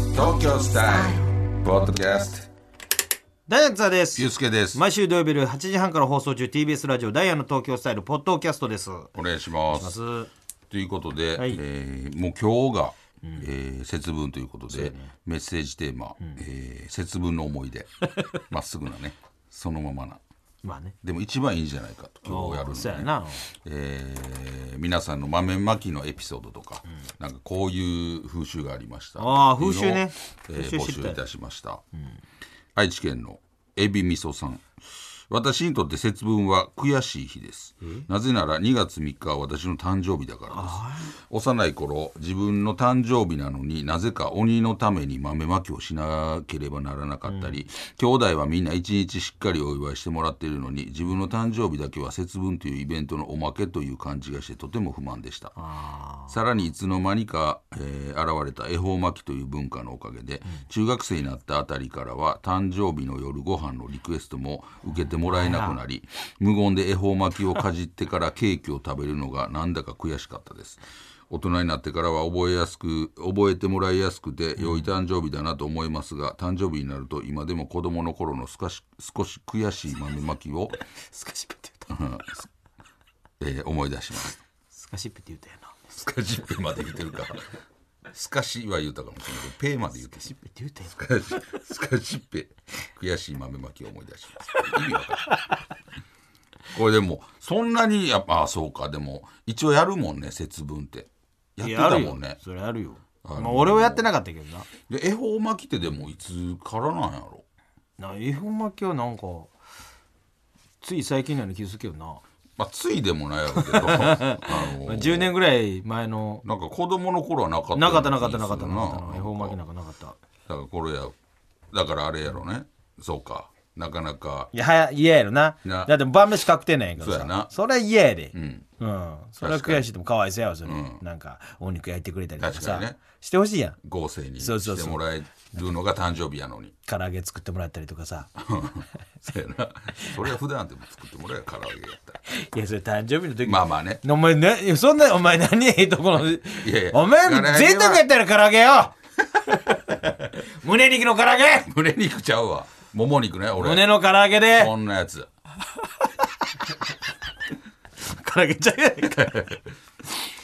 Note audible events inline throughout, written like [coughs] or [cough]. スタイルポッドキャストダイアンツァですゆうすけです毎週土曜日夜8時半から放送中 TBS ラジオダイアンの東京スタイルポッドキャストですお願いしますすということで、はいえーもう今日が、えー節分ということで、メッセージテーマ、えー節分の思い [laughs] 出まっすぐなねそのままなまあねでも一番いいんじゃないかと今日やるのそうねやなえー皆さんの豆まきのエピソードとか、なんかこういう風習がありましたあー風習ねっていうのをえー風習募知りた集いいたしました、愛知県のエビみそさん私にとって節分は悔しい日ですなぜなら2月3日は私の誕生日だからです幼い頃自分の誕生日なのになぜか鬼のために豆まきをしなければならなかったり、兄弟はみんな一日しっかりお祝いしてもらっているのに自分の誕生日だけは節分というイベントのおまけという感じがしてとても不満でしたさらにいつの間にか、えー現れた恵方巻きという文化のおかげで、中学生になったあたりからは誕生日の夜ご飯のリクエストも受けてもらえなくなり無言で恵方巻きをかじってからケーキを食べるのがなんだか悔しかったです。大人になってからは覚えやすく覚えてもらいやすくて良い誕生日だなと思いますが、誕生日になると今でも子供の頃の少し少し悔しい豆まきを、スカシップって言ったえー思い出します。スカシップって言ったよなススカジップまで言ってるから。スカシは言うたかもしれないけど、ペーまで言ってカシップって言ったよなる。スカジッペ。悔しい豆まきを思い出します。意味わかんないこれでも、そんなに、やっぱ、あそうか、でも、一応やるもんね、節分って。やってたもんいやあるよね。それあるよまあ俺はやってなかったけどなで、恵方巻きってでも、いつからなんやろな恵方巻きはなんかつい最近なの気づけよな、まあ、ついでもないやろうけど、あ [laughs] の、まあ、10年ぐらい前のなんか子供の頃はなかったようなかった気なかったなかったするなかったな恵方巻きなんかなかっただからこれやだからあれやろねそうかなかなかいやはや嫌やろななだって晩飯確定なんやからそうやなさそれは嫌やでうんうん、それは悔しいでもかわいそうやわそれ、なんかお肉焼いてくれたりとか確かさにねしてほしいやん合成にそうそうそうしてもらえるのが誕生日やのに [laughs] 唐揚げ作ってもらったりとかさそうやなそれは普段でも作ってもらえる唐揚げやったらいやそれ誕生日の時、まあまあねお前ねいやそんなお前何ええとこのいやいやお前唐揚げは贅沢やったら唐揚げよ [laughs] 胸肉の唐揚げ胸肉ちゃうわもも肉ね俺胸の唐揚げでこんなやつ唐揚げちゃう [laughs] やんか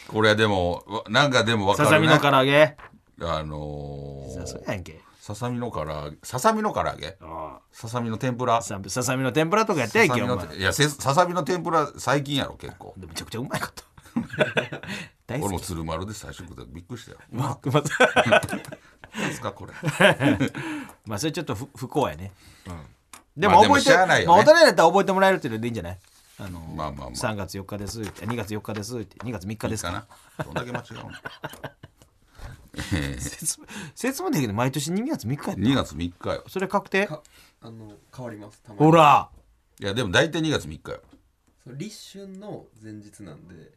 これはでもわなんかでも分さかさるみねの唐揚げあのさそうーやんけささみの唐揚げささみの唐揚げあささみの天ぷらあささささみの天ぷらとかやったやんさけみお前のいやせささみの天ぷら最近やろ結構めちゃくちゃうまいかった [laughs] 大俺好きも鶴丸で最初食った時びっくりしたよまあまあ [laughs] なんすかこれまあそれちょっとふ不幸やね。でまあもでも覚えて、しゃまああないよね大人になったら覚えてもらえるっていうのでいいんじゃないあの、まあまあまあ3月4日ですって、2月4日ですって、2月3日ですかか。などんだけ間違 [laughs] うの節分 [laughs] 節分だけど毎年2月3日やった。 2月3日よそれ確定かあの変わりますたまほにらいやでも大体2月3日よそう立春の前日なんで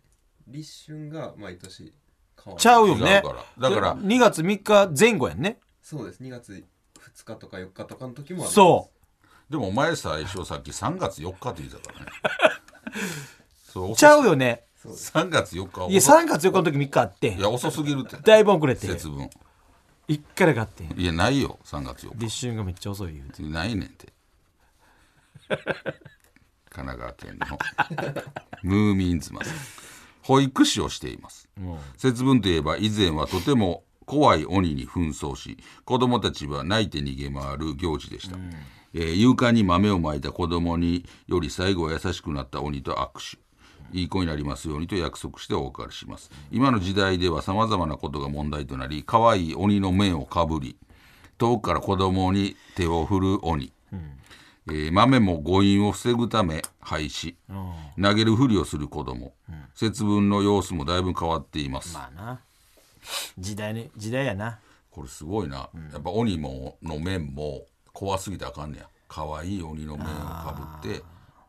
立春が毎年変わるちゃうよね違うからだから2月3日前後やんねそうです2月2日とか4日とかの時もあるそでもお前最初さっき3月4日って言ってたから [laughs] ねそううちゃうよねそうです3月4日はいや3月4日の時3日あっていや遅すぎるってだいぶ遅れて節分1回があっていやないよ3月4立春がめっちゃ遅い言うて日ないねんて [laughs] 神奈川県のムーミンズマさん保育士をしていますも節分といえば以前はとても怖い鬼に紛争し子供たちは泣いて逃げ回る行事でした、えー勇敢に豆をまいた子供により最後は優しくなった鬼と握手いい子になりますようにと約束してお別れします今の時代ではさまざまなことが問題となり可愛い鬼の面をかぶり遠くから子供に手を振る鬼、えー豆も誤飲を防ぐため廃止う、うん、投げるふりをする子供、節分の様子もだいぶ変わっています、まあな時代に時代やなこれすごいな、やっぱ鬼もの面も怖すぎてあかんねや可愛い鬼の面をかぶって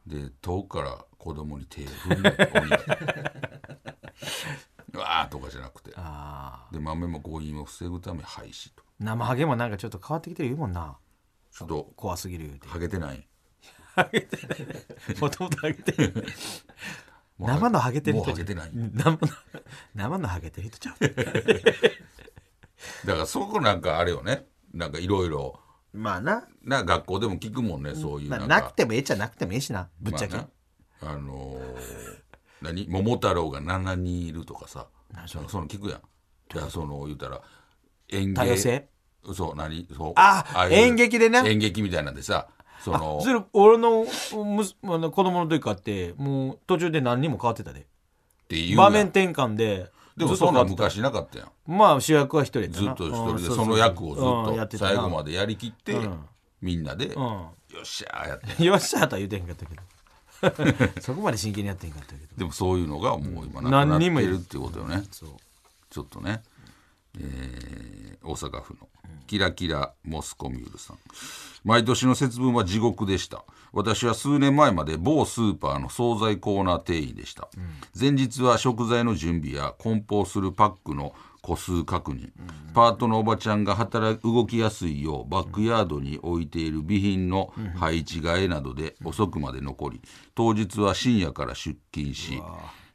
で遠くから子供に手を振る [laughs] 鬼うわーとかじゃなくてああで豆も誤飲を防ぐため廃止と生ハゲもなんかちょっと変わってきてる言うもんなちょっと怖すぎる言うてハゲてないもともとハゲてるもうハゲ生のハゲてるも人うハゲてない生の生のハゲてる人ちゃうだからそこなんかあれよねなんかいろいろまあなな学校でも聞くもんねそういうまなあんか、なくてもええっちゃなくてもええしなぶっちゃけ、まあなあのー何桃太郎が7人いるとかさなんかその聞くやんじゃあその言うたら演多様性そう何そうあいう演劇でね演劇みたいなんでさそのそれ俺のむすあの子供の時からってもう途中で何にも変わってたでっていうやん場面転換ででずもっとそんな変んわってた昔なかったやんまあ主役は一人やたずっなと一人うんでうそうの役をずっうんやとてたな最後までやりきってうんみんなで「ようっしゃー」やってんよっしゃーとは言うてへんかったけ [laughs] どそこまで真剣にやってへんかったけどでもそういうのがもう今なくな何って人もいるるっていうことよねそうちょっとね、えー大阪府のキラキラモスコミュールさん毎年の節分は地獄でした私は数年前まで某スーパーの惣菜コーナー店員でした、前日は食材の準備や梱包するパックの個数確認、パートのおばちゃんが働く動きやすいようバックヤードに置いている備品の配置替えなどで遅くまで残り当日は深夜から出勤し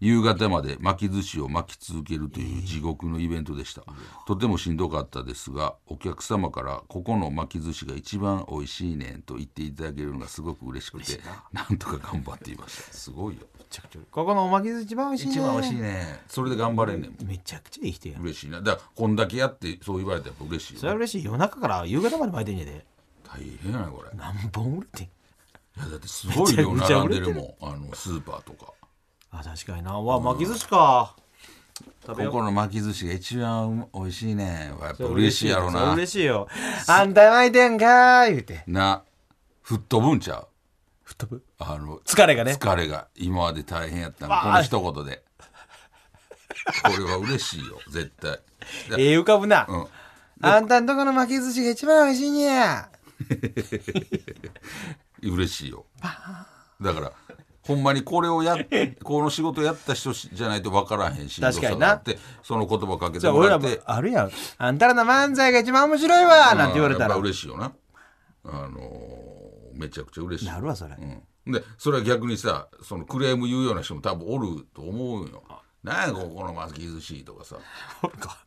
夕方まで巻き寿司を巻き続けるという地獄のイベントでした、とてもしんどかったですがお客様から「ここの巻き寿司が一番美味しいねん」と言っていただけるのがすごく嬉しくてなんとか頑張っていましたすごいよめちゃくちゃここのおまけ寿司一番美味しいね一番美味しいねそれで頑張れんねんもんめちゃくちゃいい人や嬉しいなだからこんだけやってそう言われたらやっぱ嬉しいそれはよ嬉しい夜中から夕方まで巻いてんやで大変やなこれい何本売れてんやだってすごい量めちゃ並んでくちゃ売れてるるもんあのスーパーとかあ確かになうわ巻き寿司か食べこようこの巻き寿司が一番美味しいねんはやっぱ嬉しいやろそれな嬉しいよあんた巻いてんかー言うてな吹っ飛ぶんちゃう吹っ飛ぶあの疲れがね疲れが今まで大変やったのわこあの一言でこれは嬉しいよ絶対だええ浮かぶな、うんあんたんとこの巻き寿司が一番美味しいにゃ嬉しいよだからほんまにこれをやっこの仕事やった人しじゃないと分からへんし確かにながあってその言葉かけじてゃあも俺ららっもてあるやんあんたらの漫才が一番面白いわうんなんて言われたやっらぱ嬉しいよなあのーめちゃくちゃ嬉しいなるわそれ、うん、でそれは逆にさそのクレーム言うような人も多分おると思うよなんやここの巻き寿司とかさ [laughs] おるか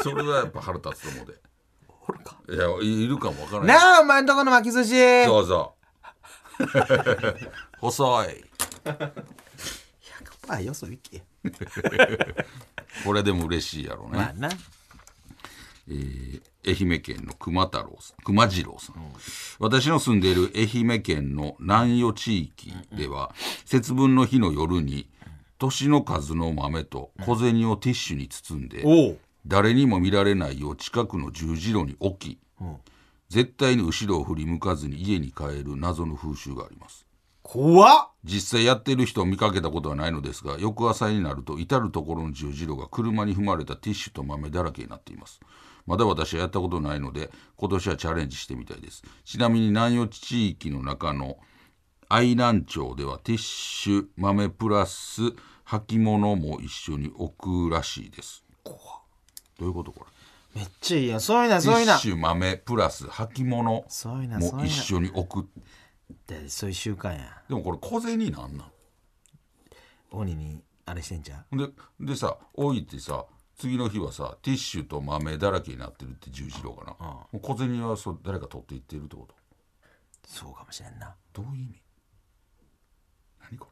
それはやっぱ腹立つと思うでおるかいや、いいるかもわからない。なあお前んとこの巻き寿司どうぞ。 [laughs] 細い。あよそ行けこれでも嬉しいやろね。まあなえー愛媛県の熊太郎さん熊次郎さん、私の住んでいる愛媛県の南予地域では、節分の日の夜に年の数の豆と小銭をティッシュに包んで、おう誰にも見られないよう近くの十字路に置き、ん絶対に後ろを振り向かずに家に帰る謎の風習があります怖っ実際やってる人を見かけたことはないのですが翌朝になると至る所の十字路が車に踏まれたティッシュと豆だらけになっていますまだ私はやったことないので今年はチャレンジしてみたいですちなみに南予地域の中の愛南町ではティッシュ豆プラス履物も一緒に置くらしいですどういうことこれめっちゃいいやんそういうなテそうィいうッなシュ豆プラス履物もそういうなそういう一な緒に置くだってそういう習慣やでもこれ小銭なんなん鬼にあれしてんじゃんででさ置いてさ次の日はさティッシュと豆だらけになってるって十字路かな、もう小銭はそう誰か取っていってるってことそうかもしれん [laughs] などういう意味何こ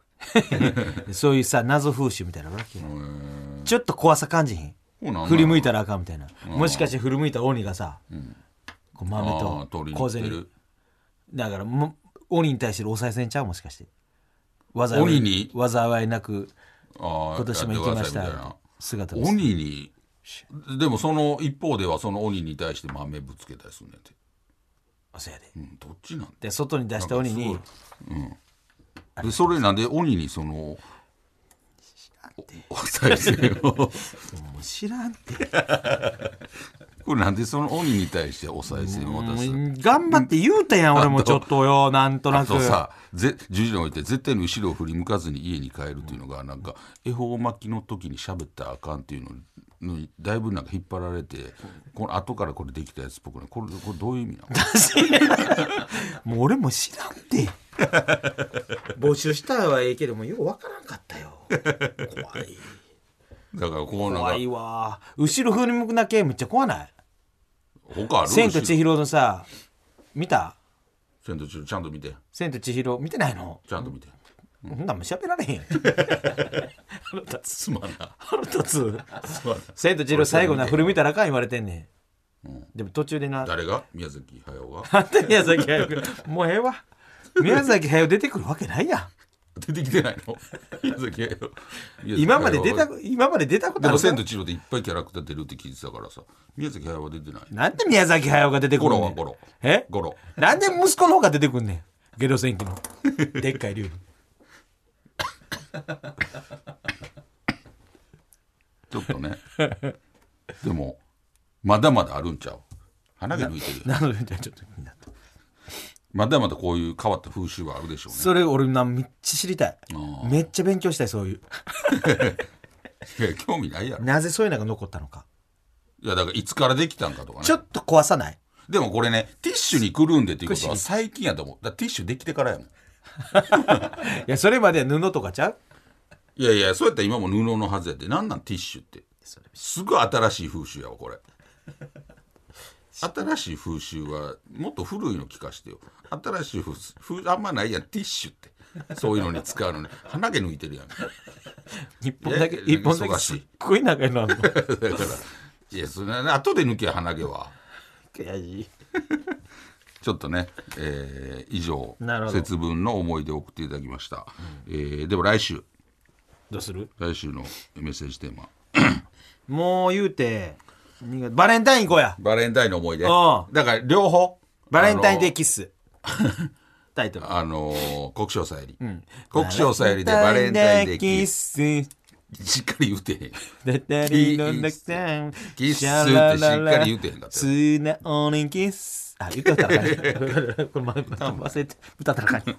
でそういうさ謎風習みたいなのあるわけよれ、えーちょっと怖さ感じひんこうなんなんやろ振り向いたらあかんみたいなもしかして振り向いた鬼がさ、こう豆あーと取りに行小って銭るだからも鬼に対してるお賽銭ちゃうもしかして災い鬼に災いなくああ今年も行きました姿です鬼にでもその一方ではその鬼に対して豆ぶつけたりするねんて、そうやでうん、どっちなんで外に出した鬼にでそれなんで鬼にそのおお再生を [laughs] もう知らんってこれなんでその鬼に対してお再生を渡すもう頑張って言うたやん俺もちょっとよなんとなあくとさぜ十字路に置いて絶対に後ろを振り向かずに家に帰るっていうのがなんか恵方巻きの時に喋ったらあかんっていうのにだいぶなんか引っ張られてこの後からこれできたやつっぽくないこれこれどういう意 [laughs] 味なのもう俺も知らん [laughs] て募集したはええけどもようわからんかったよ怖いだからこうなん怖いかわ後ろ振り向くだけめっちゃ怖ない他ある千と千尋のさ見た千と千尋ちゃんと見て千と千尋見てないのちゃんと見てそんなんも喋られへ [laughs] んやん腹立つすまんな腹立つすまんな千と千尋最後な古見たらあかん言われてんねん、でも途中でな誰が宮崎駿が [laughs] あんた宮崎駿君もうええわ宮崎駿出てくるわけないやん出てきてないの宮崎駿宮崎駿今まで出たは今まで出たことであもる千と千尋でいっぱいキャラクター出るって聞いてたからさ宮崎駿は出てないなんで宮崎駿が出てくゴるロはねん [laughs] ゴロえゴロなんで息子の方が出てくんねんゲド戦記の [laughs] でっかい竜ちょっとね [laughs] でもまだまだあるんちゃう花毛抜いてるよなのでじゃあちょっとみんなまだまだこういう変わった風習はあるでしょうねそれ俺なめっちゃ知りたいあーめっちゃ勉強したいそういういや興味ないやろなぜそういうのが残ったのかいやだからいつからできたんかとかねちょっと壊さないでもこれねティッシュにくるんでっていうことティッはシ最近やと思うだからティッシュできてからやもんいやそれまでは布とかちゃういやいやそうやったら今も布のはずやでなんなんティッシュってすごい新しい風習やわこれ新しい風習はもっと古いの聞かしてよ新しい風習風あんまないやんティッシュってそういうのに使うのに鼻毛抜いてるやん一本だけいやいや一本だけ忙しすいっごい長いのあん [laughs] のだからいやそれはね後で抜けや鼻毛は悔しいちょっとね、えー以上なるほど節分の思い出を送っていただきました、えーでも来週どうする来週のメッセージテーマもう言うて二月バレンタイン行こうやバレンタインの思い出だあかあら両方バレンタインデーでキッスタイトルあのー国章さゆり、国章さゆりでバレンタインデーキッススしっかり言うてへんだったりのなくさんキッスってしっかり言うてへんかったよ素直にキッスあ言ったらあかんこれま忘れて歌ったらあかん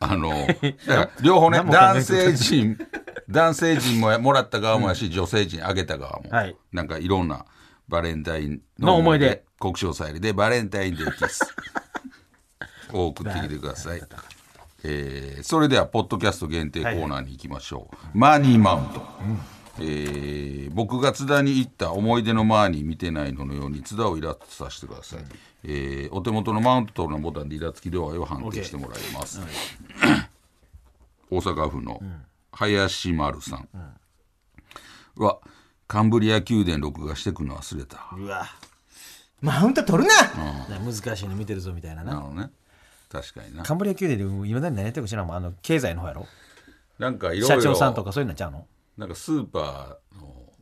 あの [laughs] ーだから両方ね何も考え男てない性陣男性陣もやもらった側もやし、女性陣あげた側も、はいなんかいろんなバレンタインの思い出国章さゆりでバレンタインデーキッ [laughs] スを送ってきてくださいえーそれではポッドキャスト限定コーナーに行きましょう、マーニーマウント、えー僕が津田に行った思い出のマーニー見てないののように津田をイラつさせてください、えーお手元のマウントのボタンでイラつき度合いを判定してもらいます、 [coughs] 大阪府の林丸さんはカンブリア宮殿録画してくの忘れたうわマウント取るな難しいの見てるぞみたいなななるほどね確かになカンブリア宮殿でいまだに何やってるか知らんもんあの経済の方やろなんかいろ社い長さんとろかそういうのちゃうのなんかスーパーの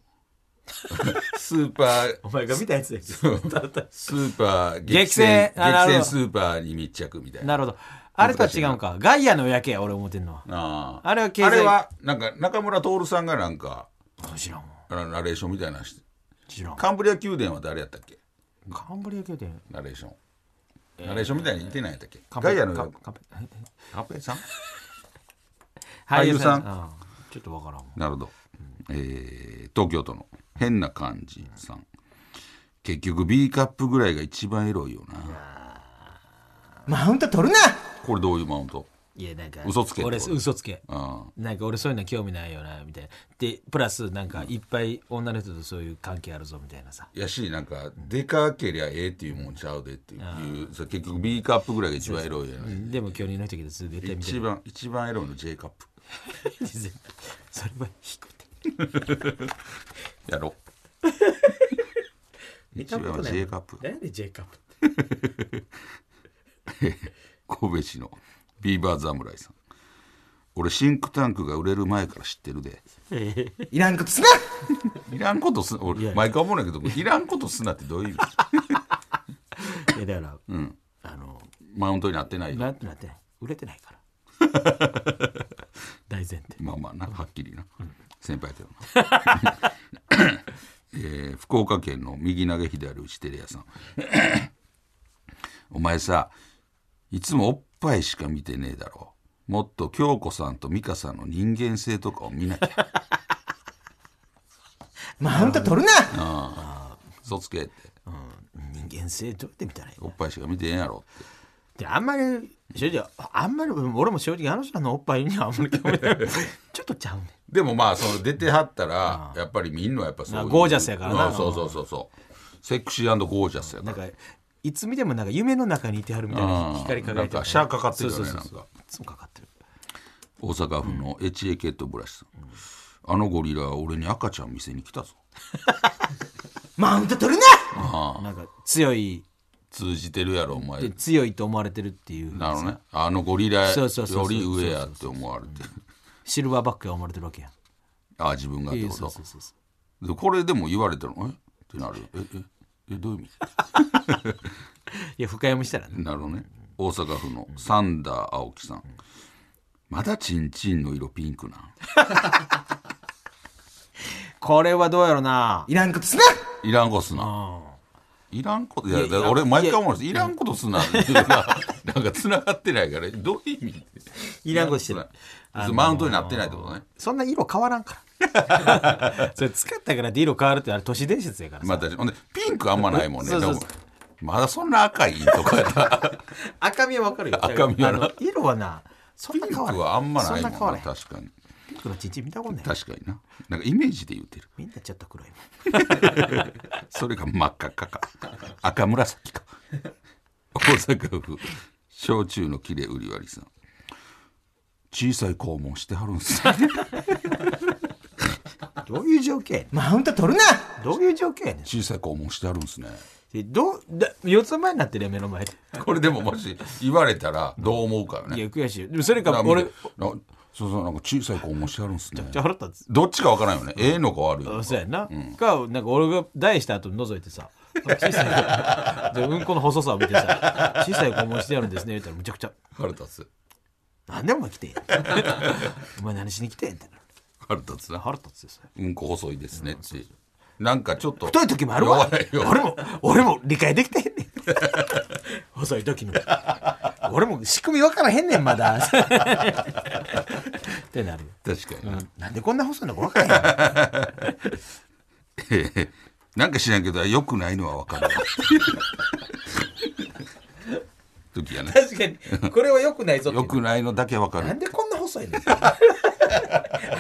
[laughs] スーパーお前が見たやつやスーパー激戦あな激るほ戦どスーパーに密着みたいななるほどあれとは違うんかガイアの夜景や俺思ってんのはああれは経あ済れはなんか中村徹さんがなんか知らんわあのナレーションみたいなのして知らんカカンブリア宮殿は誰やったっけンブリア宮殿ナレーション、ナレーションみたいに似てないやったっけ、カンペガイアのカンカンペえカンペさん [laughs] 俳俳優優ささんんうんちょっとわからんわなるほど、えー東京都の変な感じさん結局 B カップぐらいが一番エロいよなマウント取るなこれどういうマウントいやなんか嘘つけって俺こと嘘つけあなんか俺そういうの興味ないよなみたいなでプラスなんかいっぱい女の人とそういう関係あるぞみたいなさあやしなんかでかけりゃええっていうもんちゃうでっていう、そう結局 B カップぐらいが一番エロいよな、でも巨人の人けど絶対 [laughs] 見て一る番一番エロいの J カップ全然それは低くてやろ見たことない一番 J カップ何で J カップって神戸市のビーバー侍さん俺シンクタンクが売れる前から知ってるでいらんこと [laughs] すないらんことす俺毎回思うんだけどいらんことすなってどういう意味 [laughs] いやだから、あのマウントになってないよなんてなってない売れてないから [laughs] 大前提まあまあなはっきりな、先輩だよな、 [laughs] えー福岡県の右投げ左打ちテレ屋さん [coughs] お前さいつもおっぱいしか見てねえだろもっと京子さんと美香さんの人間性とかを見なき [laughs] ゃマウント取るな嘘つけって人間性どうやって見たらいいおっぱいしか見てへんやろってであんまり正直あんまり俺も正直あの人のおっぱいにはあんまり興味ない [laughs] ちょっとちゃうねんでもまあその出てはったらやっぱりみんなやっぱそういあうゴージャスやからなうんそうそうそうそうセクシーゴージャスやかなんらかいつ見てもなんか夢の中にいてはるみたいな光り輝いてうんなんかシャーかかってるよねそうそうそうなんかいつもかかってる大阪府のエチエケットブラシさん、あのゴリラは俺に赤ちゃん見せに来たぞマウント取るななんか強い通じてるやろお前で強いと思われてるっていうなるほどねあのゴリラそうそうそうよそうり上やって思われてシルバーバックが思われてるわけやんああ自分がってええこそうとそうそうそうでこれでも言われたらえってなるよえええどういう意味いや深読みしたらねなるほどね大阪府のサンダー青木さん、まだチンチンの色ピンクなんこれはどうやろないらんことすないらんことすなはいらんこといやだから俺毎回思うんですいらんことすなっていうのがなんかつながってないからどういう意味いらんことしてる別にマウントになってないってことねそんな色変わらんから [laughs] それ使ったからで色変わるってあれ都市伝説やからさまたほんでピンクあんまないもんねそうそうそうでもまだそんな赤いと [laughs] かやったら赤みはわかるよ [laughs] 赤みはなあの色はなそんなピン変わらクはあんまないそもなんな変わらへん確かにピンクのチンチン見たことない確かにななんかイメージで言ってるみんなちょっと黒いもんそれが真っ赤っか [laughs] か赤紫か大阪府焼酎の切れ売り割りさん小さい肛門してはるんす [laughs] ねどういう状況やねんマウント取るなどういう状況やねん小さい肛門してはるんすねでどうだ四つ前になってるやん目の前でこれでももし言われたらどう思うかよいやね悔しいでもそれだかから俺なそうそうなんか小さい肛門してはるんすねじゃあ払ったんですどっちかわからんよねええのか悪いのあかそうやな、かなんか俺が大した後に覗いてさ小さ [laughs] い子でうんこの細さを見てさ小さい子もしてやるんですね言ったらむちゃくちゃ腹立つ「何でお前来てん」お前何しに来てん」ってなる腹立つな腹立つですねうんこ細いですねってなんかちょっと太い時もあるわ弱いよ俺も俺も理解できてへんねん [laughs] 細い時の [laughs] 俺も仕組み分からへんねんま [laughs] だってなるよ確かにななんでこんな細いのか分からへんええ [laughs] なんか知らんけど良くないのは [laughs] 分かるわ時やね [laughs] 確かにこれはよくないぞ良くないのだけ分かなるんでこんな細いねん [laughs]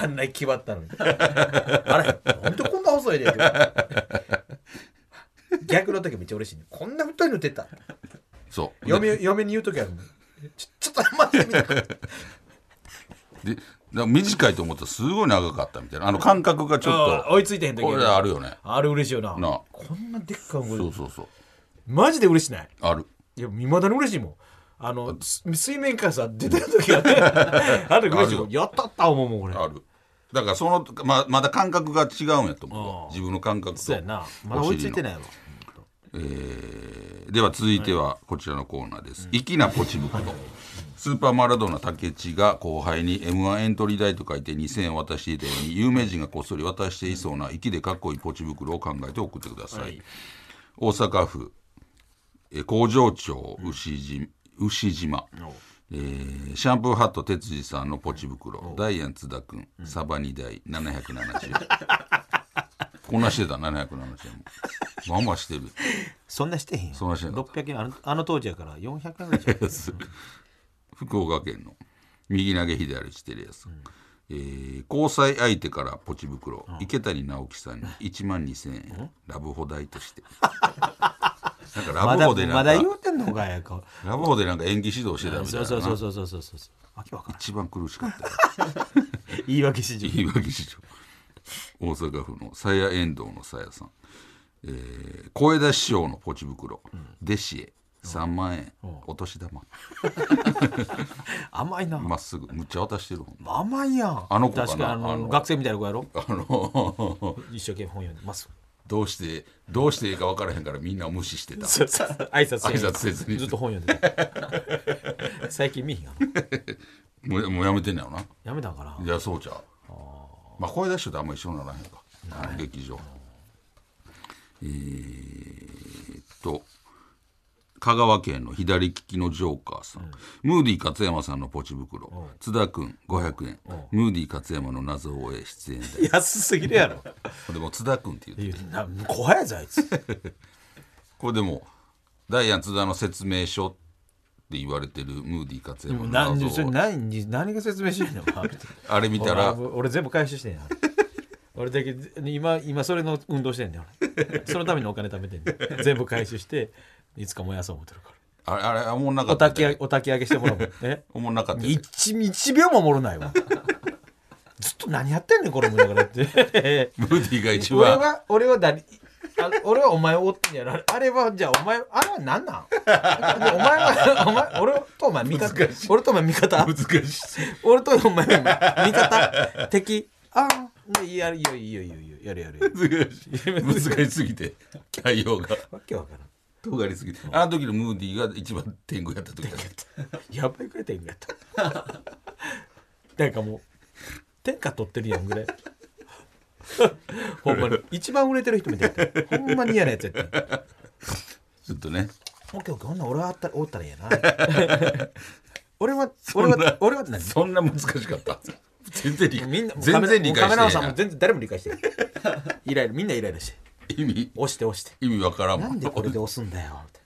あんなに決まったのに。あれなんでこんな細いねん逆の時めっちゃ嬉しいね。こんな太いの出た。そうで嫁嫁に言う時あるもん。ちょちょっと待ってみたいな。でなんか短いと思ったらすごい長かったみたいなあの感覚がちょっあ追いついてへんと時これあるよねあれ嬉しいよな。なあこんなでっかいそうのそうそうマジで嬉しない。あるいや、未だに嬉しいもん。あの、す水面からさ、出てる時 [laughs] あって、あれ嬉しいもあん。やったった思うもん、俺。あるだからそのままだ感覚が違うんやと思うああわ自分の感覚とそうやな。まだ追いついてないわ。えーでは続いてはこちらのコーナーです「粋なポチ袋」スーパーマラドーナ竹内が後輩に m 1エントリー代と書いて2000円渡していたように有名人がこっそり渡していそうな粋でかっこいいポチ袋を考えて送ってください、大阪府えー工場長牛島,、牛島えーシャンプーハット哲司さんのポチ袋ダイアン津田君サバ2台770円こんなしてた770円もまあまあしてるそんなしてへんよ。そんなしてなかっ600円あの、あの当時やから400円ぐらいじゃん。 [laughs] 福岡県の右投げ左してるやつ、えー交際相手からポチ袋、池谷直樹 [laughs] さんに1万2000円、ラブホ代としてなんかラまブだホでなまんだか、言うてんのかやか。ラブホでなんか演技指導してたみたいなそうなそうそうそうそうそうそう。わけわからん。一番苦しかったよ言い訳しじ言い訳市場 [laughs] 大阪府のさや遠藤のさやさん、えー、声出し師匠のポチ袋、弟子へ3万円、お年玉甘いな。まっすぐむっちゃ渡してるもん甘いやん。あの子かな確かにああのの学生みたいな子やろ。あの一生懸命本読んでます。どうしてどうしていいか分からへんからみんなを無視してたそうそう [laughs] 挨拶せず挨拶せずにずっと本読んでた。最近見えへんやん。もうもうやめてんのやろなやめたんかないやそうちゃうまあ声出しとあんま一緒にならへんかあの劇場えーっと香川県の左利きのジョーカーさん、ムーディ勝山さんのポチ袋、津田君500円、ムーディ勝山の謎を追え出演で。安すぎるやろ。でも津田君って言っていやな怖いぞあいつ。これでもダイアン津田の説明書って言われてるムーディ勝山の何謎それを何何が説明してんの。あれ見たら俺俺全部回収してんやん。俺だけ今今それの運動してんねん俺そのためにお金貯めてんねん全部回収していつか燃やそう思ってるからあれ、あれ、おもんなかおったたよきね。お焚き上げしてもらおうもん [laughs] えおもんなかったよね。一一秒もおもろないわずっと何やってんねんこれもだからってムーディが一俺番。は俺はだ俺はお前を追ってんやろあれあれはじゃあお前あれは何なんお前は [laughs] お前俺とお前味方俺とお前味方難しい。俺とお前味方敵ああいやいいよいいよいいよいいよやるやるやる難しい。難しすぎて、 [laughs] 対応が。わけわからん尖りすぎて。あの時のムーディが一番天狗やった時だった。やばいくらい天狗やった。なんかもう、天下取ってるやんぐらい。ほんまに、一番売れてる人みたいだった。ほんまに嫌なやつやった。ちょっとね。オッケーオッケー、ほんなら俺はあったら、おったらいいやな。 [laughs] 俺は、俺は、俺はって何そんな難しかった。全然理解。みんな、もうカ全メラ然理もうカ解メしてラマンさんなもい全然誰も理解してない。イライラ、みんなイライラして。意味、押して押して。意味わからんなもんん。でこれで押すんだよ。みたい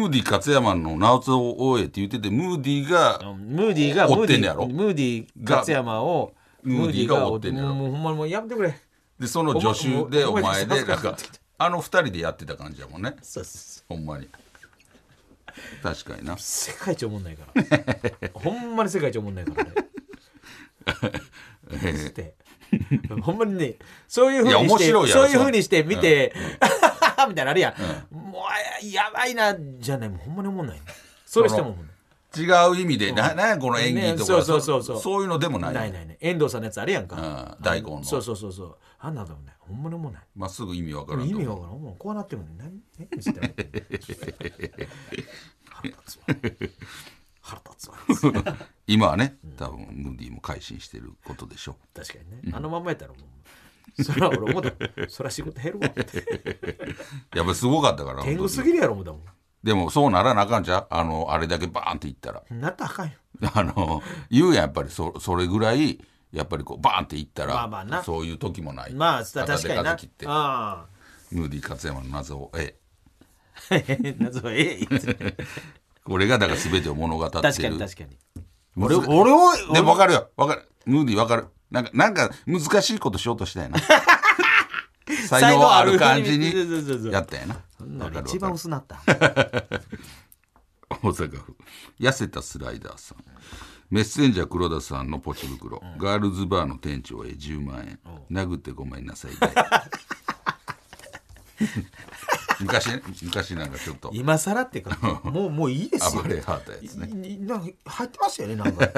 ムーディ勝山の直津を追えって言ってて、ムーディなが、ムーディーが、ム追ーっデてィんねやろー、ムーディー勝山を、ムーディーが追ってんねやろもうほんまにもうやめてくれ。で、その助手でおお前前で、なんお前か、あの二人でやってた感じやもんね。そうそう。ほんまに。確かにな。世界一おもんないから [laughs] ほんまに世界一おもんないからね [laughs] マジでほんまにねそういうふうにしていや面白いやろそういうふうにして見て、 [laughs] みたいなのあるやん、もうやばいなじゃないもうほんまにおもんないそれしてもおもんない違う意味で、な、なんやこの演技とか、ねそうそうそうそうそういうのでもない。ないないね遠藤さんのやつあれやんか、うん大根のそうそうそうそうあんなでもないほんまにおもんないまっすぐ意味わからん意と味思わう。からんほんまこうなってるのに何何してん [laughs] の腹立つわ腹立つわ今はね、多分ムーディも改心してることでしょ確かにね、あのまんまやったらもうそら俺思った [laughs] もんそら仕事減るわってう。やっぱすごかったから、天狗本当すにぎるやろ思ったもでもそうならなあかんちゃうあの、あれだけバーンっていったら。 [laughs] んなったらあかんよあの、言うやん、やっぱりそ、それぐらい、やっぱりこう、バーンっていったら、まあまあなそういう時もない。まあ確かに片手な数切って、あ [laughs] ムーディ勝山の謎を、ええ。あ謎はええ言うてこれが、だから全てを物語ってる。確かに確かに俺俺をでも分かるよ分かるムーディー分かるなんかなんか難しいことしようと [laughs] したよな才能ある感じにそうそうそうそうやったよなそんな分のかる一分か番る薄なった大阪府痩せたスライダーさんメッセンジャー黒田さんのポチ袋、ガールズバーの店長へ10万円、殴ってごめんなさい [laughs] 代昔ね昔なんかちょっと今更っていうかもうもういいですよ暴れはったやつねいいなんか入ってますよねなんか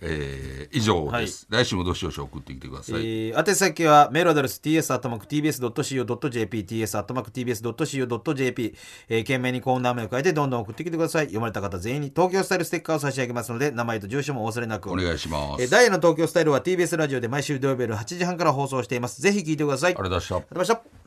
えー以上です、来週もどしどし送ってきてください、えー、宛先はメールアドレス ts.tbs.co.jp ts.tbs.co.jp、えー、懸命にコーナー名を変えてどんどん送ってきてください読まれた方全員に東京スタイルステッカーを差し上げますので名前と住所もお忘れなくお願いします、えーダイヤの東京スタイルは TBS ラジオで毎週土曜日夜8時半から放送していますぜひ聞いてくださいあれ出したありがとうございました